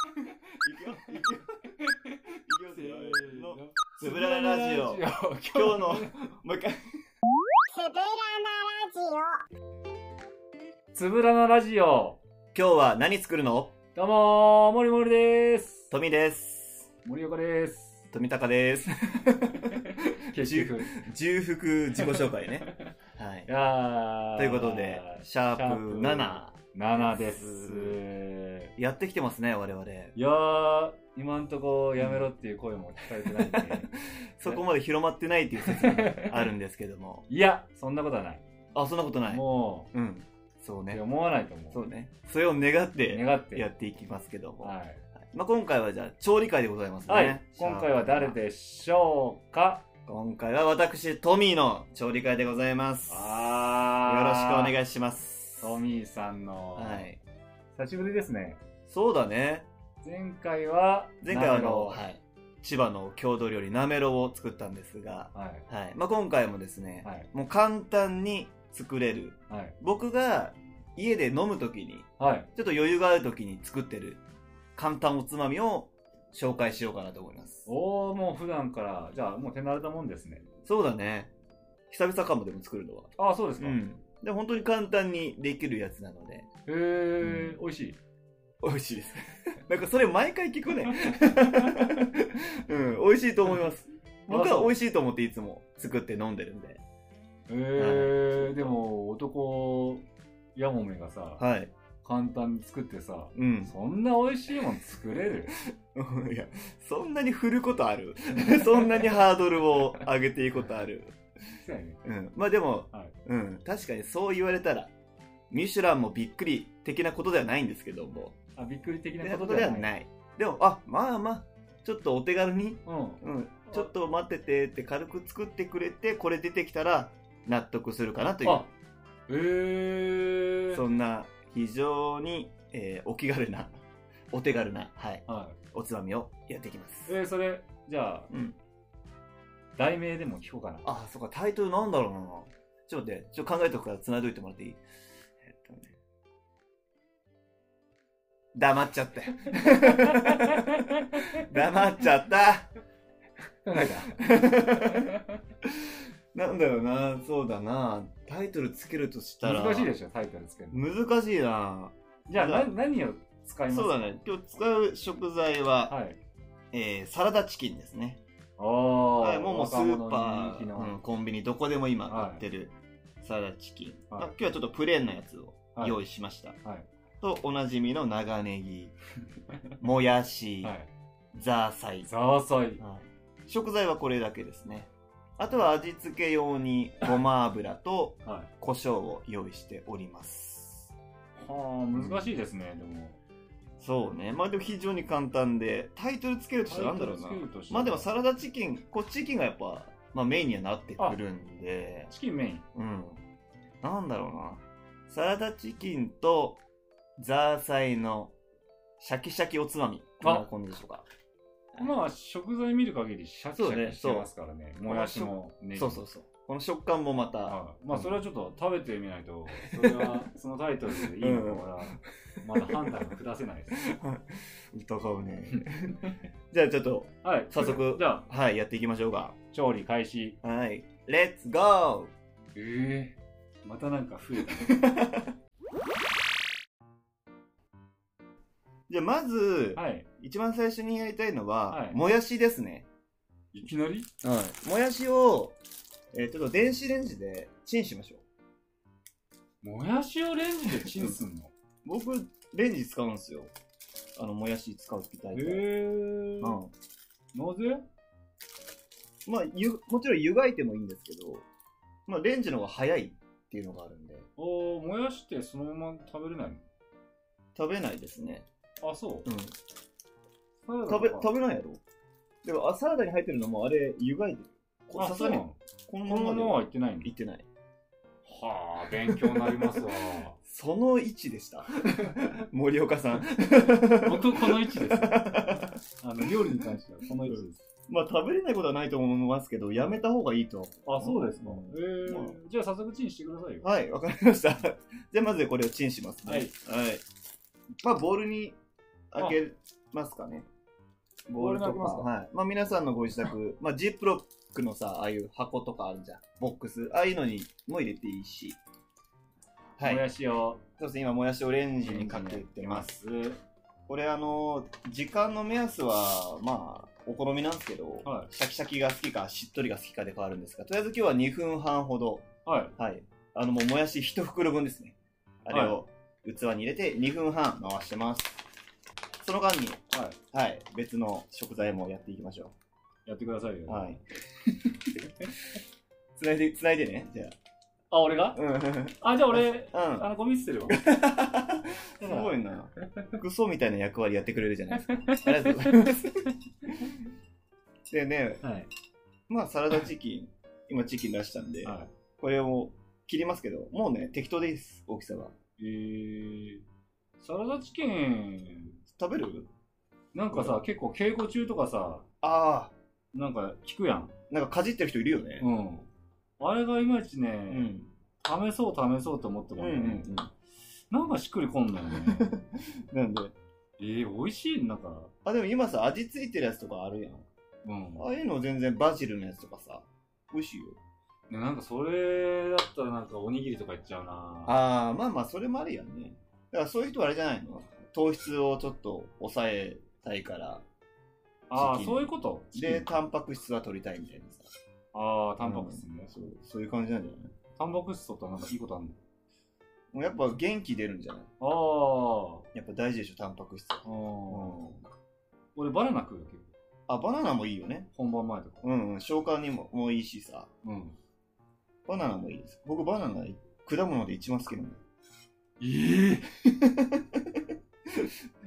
よ。いくせよ。ーのの。つぶらなラジオ今日今の日の、もう一回。つぶらなラジオ。今日は何作るのどうもー、もりもりです。富です。森岡です。富高です。決心。重複自己紹介ね。はい。やということで、シャープ7。 7です。やってきてますね、我々。いやー、今んとこやめろっていう声も聞かれてないんで。そこまで広まってないっていう説があるんですけども。いや、そんなことはない。あ、そんなことない。もうん。そうう、ってね。思わないと思う。そうね。それを願って願って。やっていきますけども。ははいい。まあ、今回はじゃあ、調理会でございますね。はい、今回は誰でしょうか今回は私、トミーの調理会でございます。よろしくあお願いいします。トミーさんの、はい。久しぶりですねそうだね。前回は前回はあなめの、ろうはい、千葉の郷土料理、なめろうを作ったんですが、はいはい。まあ、今回もですね、はいもう簡単に作れる。はい僕が家で飲むときに、はいちょっと余裕があるときに作ってる簡単おつまみを紹介しようかなと思います。おおもう普段からじゃあもう手慣れたもんですねそうだね。久々かもでも作るのは。ああそうですか、へ。で、本当に簡単にできるやつなので、え、うん美味しい美味しいです。 なんかそれ毎回聞くね。 うん、美味しいと思い ます。僕は美味しいと思っていつも作って飲んでるんで。へえでも男やもめがさ、はい。簡単に作ってさうん。 そんな美味しいもん作れるいや、そんなに振ることある そんなにハードルを上げていくことあるそうやねうん。まあでも、はいうん。確かにそう言われたら、ミシュランもびっくり的なことではないんですけども。あびっくり的的ななここととででははないない。でも、あ、まあまあ、ちょっとお手軽に、うんうん。ちょっと待っててって軽く作ってくれて、これ出てきたら納得するかなというあ。えー、そんな非常に、えーお気軽な、 お手軽な、はい、はおつまみをやっていきまい、す。えー、それじゃあうん。題名でも聞こ うかなあ、そっか、タイトルなんだろうな。ちょっと待って、ちょっと考えとくから繋いどいてもらっていいえっとね。黙っちゃ ったよ。黙っちゃった。考えなんだろうな、そうだな。タイトルつけるとしたたら。難しいでししょタイトルつけるのょ。難しいな。じゃあな何を使いますかそうだね。今日使う食材は、はいえーサラダチキンですね。ああ、はい、もうもうスーパ若者に人気ー、の、うんコンビニ、どこでも今売ってるサラダチキン。はいまあ今日はちょっとプレーンなやつをはい用意しました。はいと、おなじみの長ネギ、 もやし、はいザーサイ、ザーサイはい食材はこれだけですね。あとは味付け用にごま油と はい胡椒を用意しております。はあ難しいですね、でもそうね。まあでも非常に簡単で、タイトルつけるとしたらなんだろうなタイ。トルつけるとしたらまあでもサラダチキン、こうチキンがやっぱ、まあメインにはなってくるんで。チキンメインうん。なんだろうな。サラダチキンとザーサイのシャキシャキおつまみ。こんな感じでしょうか。まあ食材見る限りシャキシそうャねキしてますからねもやしもネギそうそうそう。この食感もまた、はいまあそれはちょっと食べてみな いとそれはそのタイトルでいいのかはまだ判断が下せないです疑う ね。じゃあちょっと、はい早速じゃあはい、やっていきましょうか。調理開始はい。レッツゴええまたなんか増えたーじゃあまず、はい。一番最初にやりたいのは、はいもやしですね。いきなりもやしを、えーちょっと電子レンジでチンしましょう。もやしをレンジでチンすん の僕、レンジ使うんですよ。あの、もやし使う機体で。えうん。なぜまあ、ゆもちろん湯がいてもいいんですけど、まあ、レンジの方が早いっていうのがあるんで、おもやしってそのまま食べれない食べないですね。のあ、そう。うん。サラダ食べ、食べないやろでも、あサラダに入ってるのもあれ、湯がいてる。こあ、さすそがうなに、のこのこまのままでまはは言ってないのいってない。はあ、勉強になりますわ。その位置で した。森岡さん。僕、この位置です。 あの、料理に関してはこの位置です。まあ、食べれないことはないと思いますけど、やめた方がいいとは思。あ、そうですか。えまあー、じゃあ早速チンしてくださいよ。はい、わかりました。 じゃあ、まずこれをチンしますね。はい。はい。まあ、ボウルに開けますかね。ボールボーとか、ル投げますかはい。まあ皆さんのご自宅、まあジップロックのさ、ああいう箱とかあるじゃん。ボックス。ああいうのにも入れていいし。はい。もやしをそうですね、今もやしオレンジにかかけけててま。ますす。これあの、時間の目安は、まあ、お好みなんですけど、はシャキシャキが好きか、しっとりが好きかで変わるんですが、とりあえず今日は2分半ほど、はい。はい。あの、もうもやし1袋分ですね。あれはを器に入れて2分半回してます。その間に、ははい、別の食材もやっていきましょ。い。やってくださいうよ。 はい。つないで、つないでね、じゃあ、俺あ。がうん。うん。あ、じゃあ俺、すあの、ゴミ捨てるわ。ごいな。クソみたいな役割やってくれるじゃないですか。ありがとうございます。でね、はい。まあサラダチキン、今チキン出したんで、はこれを切りますけど、もうね、適当でいいです、大きさは。い。えー、サラダチキン、食べるなんかさ、結構稽古中とかさ、ああ、なんか聞くやん。なんかかじってる人いるよね。うん。あれがいまいちうね、ん。試そう試そうと思ってうんうもんね、うん。なんかしっくりこんのよね。 なんで、えー、美味しいなんか、あ、でも今さ、味ついてるやつとかあるやん。うん。ああいうの全然バジルのやつとかさ、美味しいよ。ねなんかそれだったらなんかおにぎりとかいっちゃうなああ、まあまあ、それもあるやんね。だからそういう人はあれじゃないの糖質をちょっと抑えたいから、あチキーンそういうことで、タンパク質は取りたいみたいなさ。ああタンパク質ね、そう、そういう感じなんじゃないタンパク質とったらなんかいいことあるもうやっぱ元気出るんじゃないのやっぱ大事でしょ、タンパク質。あーあうー、ん俺バナナ食うよ結あ、バナナもいいよね。構本番前とかうん、うん、消化にももういいしさ。うんバナナもいいです。僕バナナ、果物で一番好きなの。え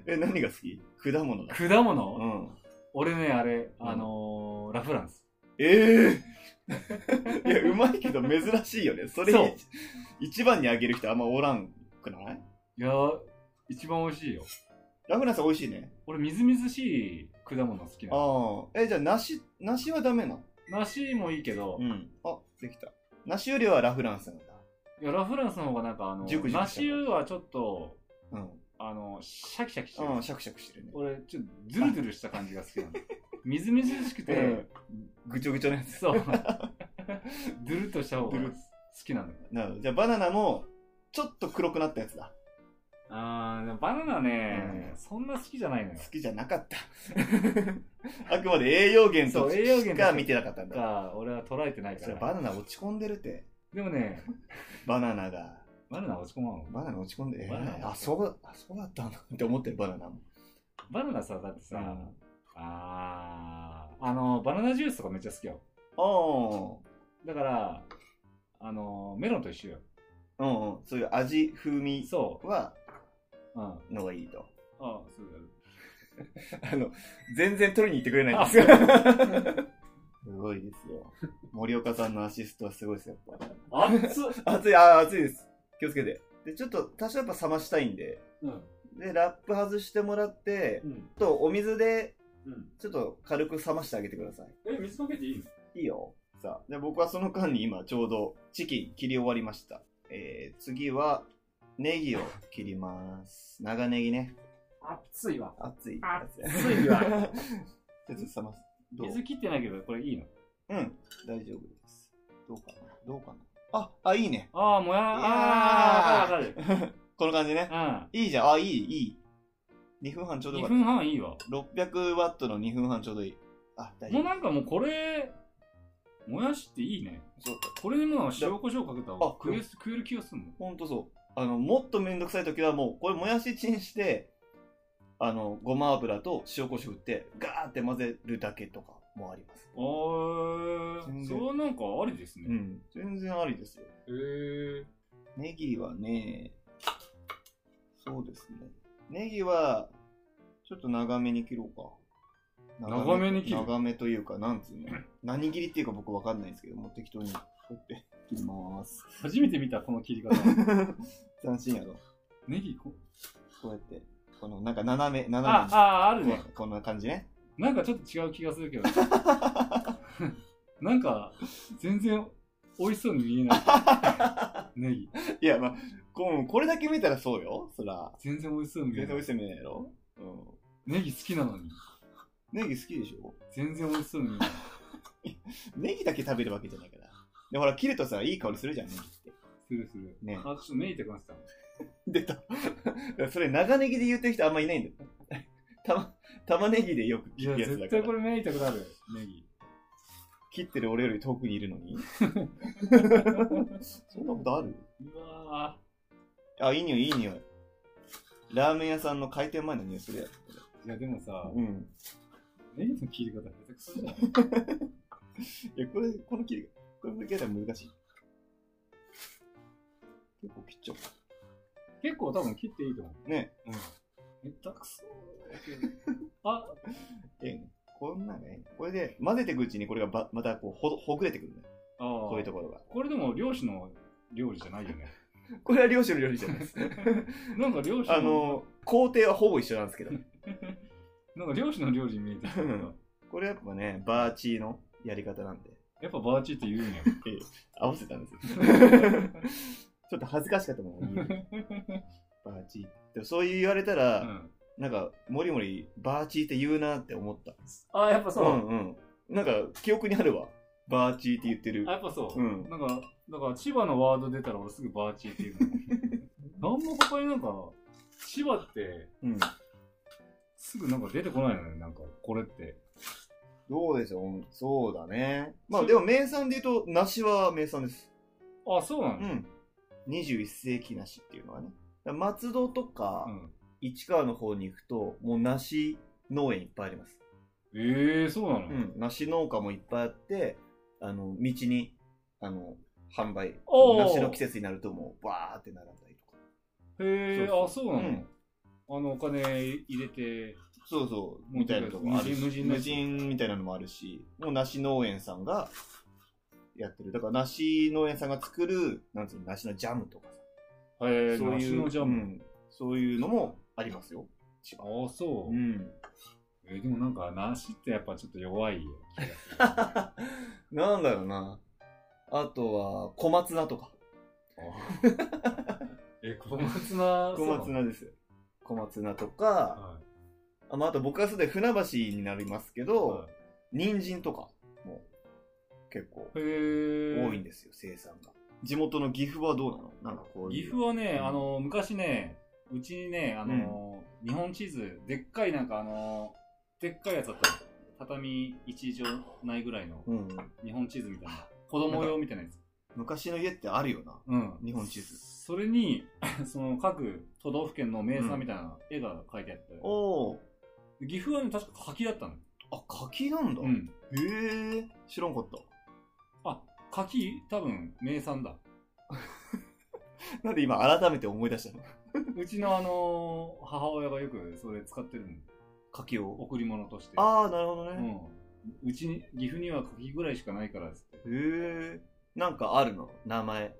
え、何が好き果物だ。果物、うん。俺ねあれうんあのーラフランスええいや、うまいけど珍しいよね。それ そう一番にあげる人あんまおらんくないいやー一番美味しいよラフランス美味しいね。俺みずみずしい果物好きなのああ。え、じゃあ梨、梨はダメなの梨もいいけど、ん。あ、できた。梨よりはラフランスなんだ。いやラフランスの方がなんかあのジュクジュクした梨はちょっとうあのシャキシャキしてるん。うん、シャクシャクしてるね。俺ちょっとズルズルした感じが好きな のみずみずしくて、うん。ぐちょぐちょのやつ。そう ズルっとした方がズ好ルきなのよなるほど。じゃあバナナも、ちょっと黒くなったやつだ。あーでもバナナね、うんそんな好きじゃないのよ好きじゃなか った。あくまで栄養源そとう栄養源しとか見てなかったんだ。か俺は捉えてないかそれバらナナ落ち込んでるって。でもねバナナが。バナナ落ち込まんのバナナ落ち込んで、えバナナ落ちー込むあ、そう、あ、そうだったんだって思ってるバナナも。バナナさだってさ、うんあーあのバナナジュースとかめっちゃ好きよおだからあのメロンと一緒よーうんうん。そういう味、風味そは、う、うん、あのがいいと。 そうあの、全然取りに行ってくれないんですよ。すごいですよ。森岡さんのアシストはすごいですよ、やっだよ熱っ、ぱ。 熱い、あー熱いです。気をつけて。で、ちょっと、多少やっぱ冷ましたいんで、 うんで、ラップ外してもらってう、んちょっとお水で、うん、ちょっと軽く冷ましてあげてくださえ水かけていいい。いいよ。さあ、で僕はその間に今ちょうどチキン切り終わりました。えー、次は、ネギを切ります。長ネギね。熱いわ熱い。熱い わ。ちょっと冷ます。どう水切ってないけどこれいいのうん、大丈夫です。どうかなどうかなあ、あ、いいね。ああもやああわかいるわかるこの感じね。いいじゃん。あ、いい、いい。2分半ちょううん どよ2かっ分半いいわた。600ワットの2分半ちょうどいい。あ、大丈もう夫。なんかもうこれもやしっていいねそうこれにもう塩コショウかけたらあ食え食える気がすんのほんとそう。あの、もっとめんどくさい時はもう、これもやしチンして、あの、ごま油と塩コショウ振って、ガーって混ぜるだけとかもあります。ああ全そ然れはなんかありですね、うへん。全然ありですよ。えネギはね、そうですね。ネギは、ちょっと長めに切ろうか。長めに切る長めというか、なんつう の。何切りっていうか僕わかんないんですけど、もう適当に、こうやって切りまーす。 初めて見たこの切り方斬新やろ。 ネギここうやって。この、なんか斜め、斜めあに。あーあるねこう こんな感じね。なんかちょっと違う気がするけど なんか全然美味しそうに見えな いネギいや、まあ、こうこれだけ見たらそうよ。そら。全然美味しそうに見え全然な美い味しい見えないやろ。うん。ネギ好きなのにネギ好きでしょ全然美味しそうに。ネギだけ食べるわけじゃないから。で、ほら、切るとさ、いい香りするじゃん、ネギって。するする。ねあ、ちょっと目痛くなってたもん。出た。 それ、長ネギで言ってる人あんまいないんだよ。 たま、玉ねぎでよくい聞や、くやつだ絶か対らこ。れ目痛くなる。ネギ。切ってる俺より遠くにいるの に。そんなことあるうわあ、いい匂い、いい匂い。ラーメン屋さんの開店前の匂いするやぁ。いや、でもさつ。、うん。ネギの切り方めちゃくちゃじゃないいや、これ、この切り、これ、切り方難しい。結構切っちゃ結構多分切っていいと思う。ね。う。うん。下手くそだけど。あ、ええね。こんなんね。これで、混ぜていくうちにこれがば、またこう、ほど、ほぐれてくるね。あー こういうところが。これでも漁師の料理じゃないよね。これは漁師の料理じゃないです。なんか漁師 の、あの、工程はほぼ一緒なんですけど。 なんか漁師の料理に見えてきたからうんこれやっぱね、バーチーのやり方なんで、やっぱバーチーって言うんや。合わせたんですよ。 ちょっと恥ずかしかったもん、バーチー。でもそう言われたら、うんなんか、もりもり、バーチーって言うなって思った。あー、やっぱそう。んうん。なんか、記憶にあるわ。バーチーって言ってるあ、。やっぱそうう。んなんか、だから千葉のワード出たら俺すぐバーチーって言う の。なんも他になんか、千葉ってうん。すぐなんか出てこないのよ、なんか、これって。どうでしょうそうだね。まそあ、うでも名産で言うと、梨は名産です。あ、そうなの、うん。21世紀梨っていうのはね。だから松戸とか、うん市川の方に行くと、もう梨農園いっぱいあります。ええー、そうなの、うん、梨農家もいっぱいあって、あの、道に、あの、販売。おー梨の季節になるともう、バーって並んだりとか。へえ、そうそうあ、そうなの、うんあの、お金入れて、そうそう、もうみたいなとこあるし無人無無人のやつ人みたいなのもあるし、もう梨農園さんがやってる。だから梨農園さんが作る、なんつうの、梨のジャムとかさ。へえ、そういう、梨のジャム。うんそういうのもありますよ。ああ、そうう。ん。えーでもなんか、梨ってやっぱちょっと弱いよ気がす る。なんだろうな。あとは、小松菜とか。 え、小松菜、小松菜ですよ。小松菜とか、はあまあ、あと僕はすでに船橋になりますけい。ど、は人参とかも結構いへ多いんえ。ですよ、生産が。地元の岐阜はどうなのなんかこういう。岐阜はね、うんあの、昔ね、うちにね、あの、日本地図、でっかいなんかあの、でっかいやつだったの畳1畳ないぐらいのうん、日本地図みたいな。子供用みたいなやつ。昔の家ってあるよな。うん。日本地図それに、 その各都道府県の名産みたいな絵が描いてあって。おお。で岐阜はね、確か柿だったの。あ、柿なんだ。うん。へえ。知らんかった。あ、柿多分名産だ。なんで今改めて思い出したのうちのあのー母親がよくそれ使ってるの柿を。贈り物としてああ、なるほどうね。ん、うちに岐阜には柿ぐらいしかないからっつっへて、え。なんかあるの名前。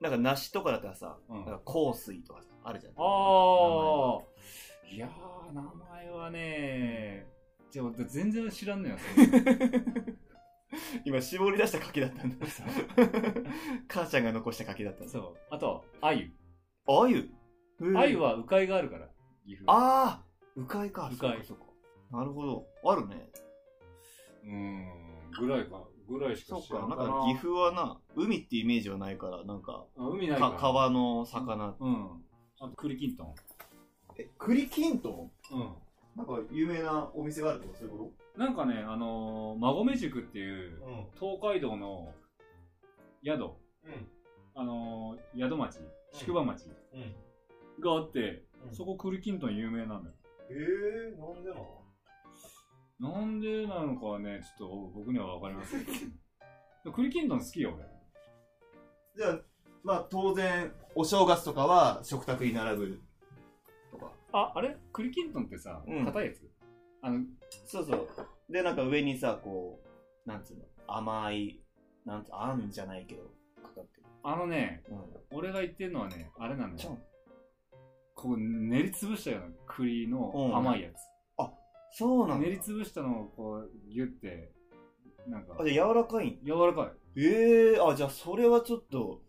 なんか梨とかだったらさ、うん、なんあか香水とかさあるじゃん。あーいやー名前はねじゃあ俺全然知らんのよ今絞り出した柿だったんだ。 母ちゃんが残した柿だったんそだ。そうあとあゆあゆあゆは鵜飼いがあるから岐阜ああ迂回か。迂回そうかそうかなるほど。あるね。うーんぐらいかぐらいしそかっ知らか。んなかんなか岐阜はな、海ってイメージはないから、なんか、あ海ないからか川の魚。うんあと栗きんとんえ、栗きんとんうんなんか有名なお店があるとかそういうこなんかねあのー馬込塾っていうとうん。東海道の宿あのー宿町、宿場町うん。うん。があって、うんそこ栗きんとん有名なのよ。ええー、なんでなのなんでなのかはね、ちょっと僕にはわかりま せんけど。栗きんとん好きよ、俺。じゃあ、まあ当然、お正月とかは食卓に並ぶ。とか。あ、あれ栗きんとんってさうん、硬いやつ、あの、そうそう。で、なんか上にさ、こう、なんつうの、甘い、なんつう、あんじゃないけど、かかってる。あのね、うん。俺が言ってるのはね、あれなのちょよ。ん。こう練りつぶしたような栗の甘いやつ。そうなんだ。練りつぶしたのをこう、ギュって、なんかあ、、じゃあ柔らかいん柔らかい。だかええあ、じゃあそれはちょっと、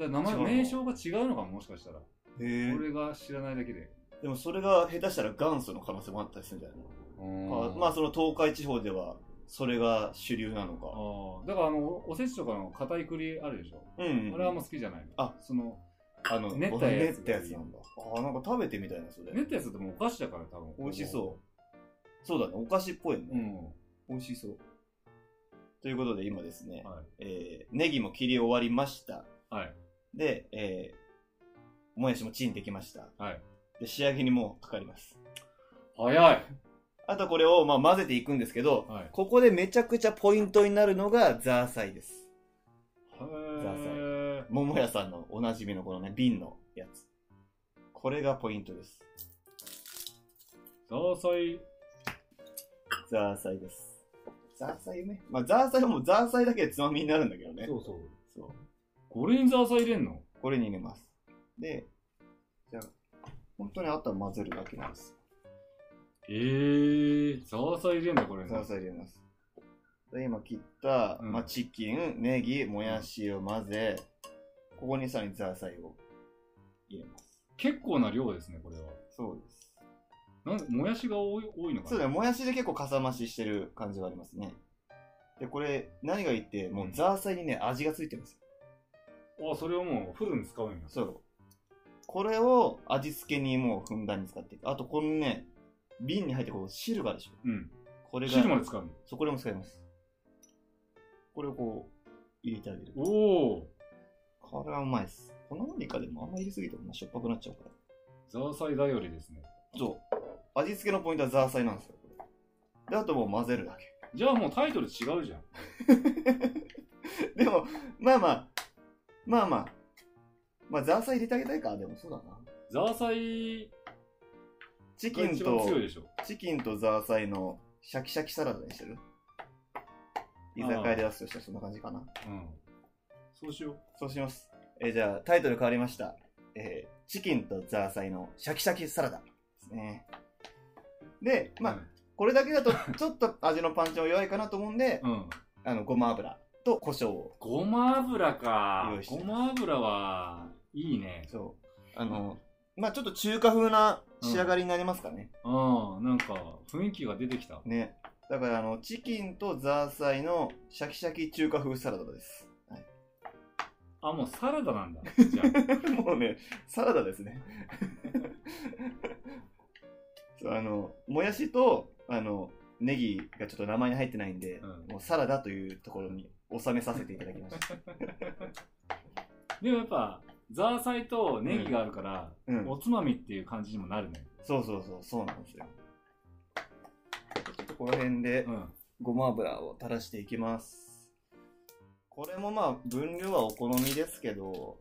ら名前違うの、名称が違うのかも、もしかしたら。ええ俺が知らないだけで。でもそれが下手したら元祖の可能性もあったりするんじゃないのああまあ、その東海地方では、それが主流なのあか。ーだからあのおせちとかの硬い栗あるでしょ、うん、あれはあんま好きじゃないのあそのあの、練練っったたややつつなんだ。ああ、なんか食べてみたいな、それ。練ったやつってもうお菓子だから多分美味しそう。そうだね、お菓子っぽいね。うん美味しそう。ということで、今ですね、はえー、ネギも切り終わりました。はいで、えー、もやしもチンできました。はいで、仕上げにもうかかります。早いはいあとこれを、まあ、混ぜていくんですけど、はいここでめちゃくちゃポイントになるのがザーサイです。へ桃屋さんのおなじみのこのね、瓶のやつ。これがポイントです。ザーサイザーサイです。ザーサイね。まあ、ザーサイはもうザーサイだけでつまみになるんだけどね。そうそうそう。これにザーサイ入れんのこれに入れます。で、じゃあ、本当にあとは混ぜるだけなんです。えー、ザーサイ入れんだこれにザーサイ入れます。で、今切った、うんまあ、チキン、ネギ、もやしを混ぜ、ここにさらにザーサイを入れます。結構な量ですねこれはそうです。なんでもやしが多い多いのかなそうだね、もやしで結構かさ増ししてる感じはありますね。で、これ、何がいいって、もうザーサイにね、味がついてるんですよ。あそれをもうフルに使うんやそう。これを味付けにもうふんだんに使っていく。あと、このね、瓶に入ってこう汁があるでしょ。うんこれが、汁まで使うのそう、これも使います。これをこう、入れてあげる。おおこれはうまいです。この何かでもあんま入れすぎてもしょっぱくなっちゃうから。ザーサイ頼りですねそう。味付けのポイントはザーサイなんですよ。これで、あともう混ぜるだけ。じゃあもうタイトル違うじゃん でも、まあまあ、まあまあ、まあザーサイ入れてあげたいか。でもそうだな。ザーサイチキがン一番と、強いでしょチキンとザーサイのシャキシャキサラダにしてる居酒屋で出すとしたらそんな感じかな。うんそうしようそうします。えーじゃあ、タイトル変わりました。えーチキンとザーサイのシャキシャキサラダですね。で、まあ、これだけだと、ちょっと味のパンチは弱いかなと思うんで、うん、うん、あの、ごま油と胡椒を。ごま油か用意してごますま油はいいねそう。あの、まあちょっと中華風な仕上がりになりますかね。うんなんか雰囲気が出てきたね。だから、あの、チキンとザーサイのシャキシャキ中華風サラダです。 はい、あもうサラダなんだ じゃあもうね、サラダですね。 そう、あの、もやしと、あの、ネギがちょっと名前に入ってないんで、うんもうサラダというところに収めさせていただきま した。でもやっぱザーサイとネギがあるから、うん。おつまみっていう感じにもなるねそうそうそう、そうなんですよ。ちょっとこの辺でうんごま油を垂らしていきます。これもまあ分量はお好みですけど、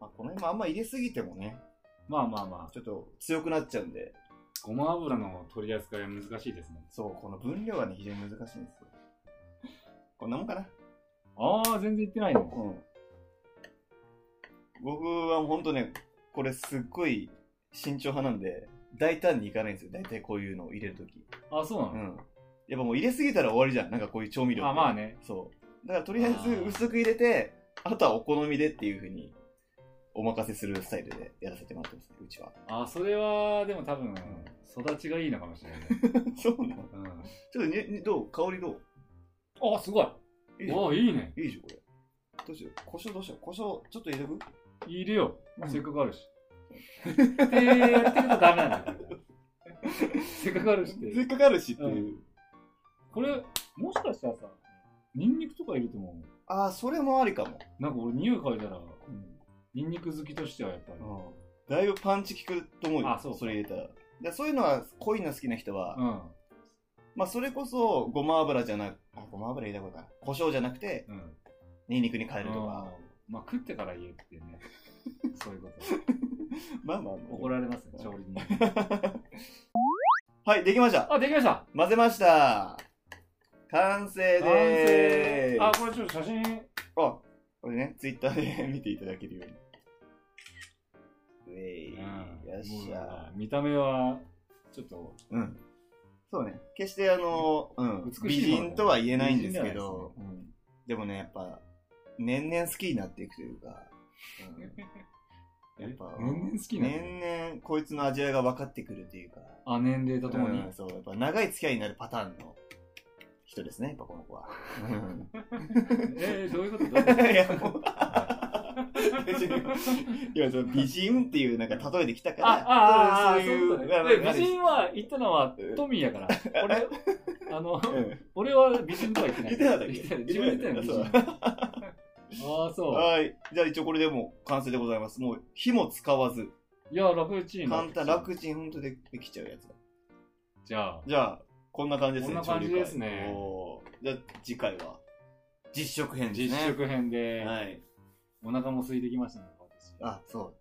まあ、この辺もあんま入れすぎてもね、まあまあまあちょっと強くなっちゃうんで、ごま油の取り扱いは難しいですねそう、この分量がね、非常に難しいんですよ。こんなもんかな。ああ全然いってないのうん。僕はほんとね、これすっごい慎重派なんで、大胆にいかないんですよ。大体こういうのを入れるとき。あそうなの、うん。やっぱもう入れすぎたら終わりじゃん。なんかこういう調味料ってあまあねそう。だからとりあえずあー薄く入れて、あとはお好みでっていうふうに、お任せするスタイルでやらせてもらってますね、うちは。 あそれはでも多分育ちがいいのかもしれない、そうなの う、ちょっとに、にどう香りどうんあすごいいいじゃんおいいねいいじゃん、これ。どうしよう。胡椒どうしよう。胡椒、ちょっと入れとく入れよう、うんせっかくあ るしってやってるとダメなんだよこれせっかくあるしっ引ってかかるしっていう。これもしかしたらさニンニクとか入れてもああ、それもありかも。なんか俺匂い嗅いだらニンニク好きとしてはやっぱりだいぶパンチ効くと思うよ。あそうかれ入れたら。でそういうのは濃いの好きな人は、うんまあそれこそごま油じゃなく、あ、ごま油入れたことかな。胡椒じゃなくて、うんニンニクに変えうるとんか。まあ食ってから言えって ねそういうことまあまあ、怒られますね調理人はい、できました。あできました混ぜました。完成完成でーす。あこれちょっと写真あ、これね、ツイッターで見ていただけるように。うえい、うんよっしゃ。見た目はちょっとうん。そうね。決してあの、うん、美美しいものね人とは言えないんですけど、うん でもね、やっぱ、年々好きになっていくというか、うんやっぱ、年々好きなんだね年々こいつの味わいが分かってくるというか、あ、年齢とともにうん。そう、やっぱ長い付き合いになるパターンの人ですね、やっぱこの子 は。えー、どういう ことどういうこといや、もう。別に今その美人っていうなんか例えてきたかあ、あ、あ、ら、あ、そういう、まそうあだまねあで美人は言ったのはトミーやから。 俺、あの、うん俺は美人とは言ってな言い。ってなかったっけ自分で言ったよ、美人。ああ、そう。はい。じゃあ一応これでもう完成でございます。もう火も使わず、いや、楽ちん。簡単、楽ちんほんとでできちゃうやつだ。じゃあ、じゃあ、こんな感じですね。こんな感じですね調理会おーじゃあ次回は、実食編です実ね。食編で、はい。お腹も空いてきましたね、私。あ、そう。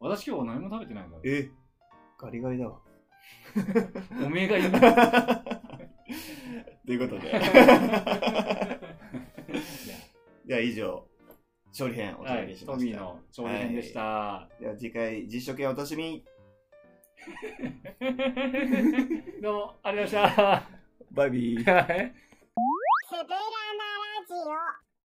私今日何も食べてないんだ。えガリガリだわ。 おめえが 言うな。ということで。 じゃあ以上、調理編おは届けい、しトましミーた。の調理編でした。では次回、実食編お楽しみに。 どうも、ありがとうございま バイビーし。た。はいすべらなラジオ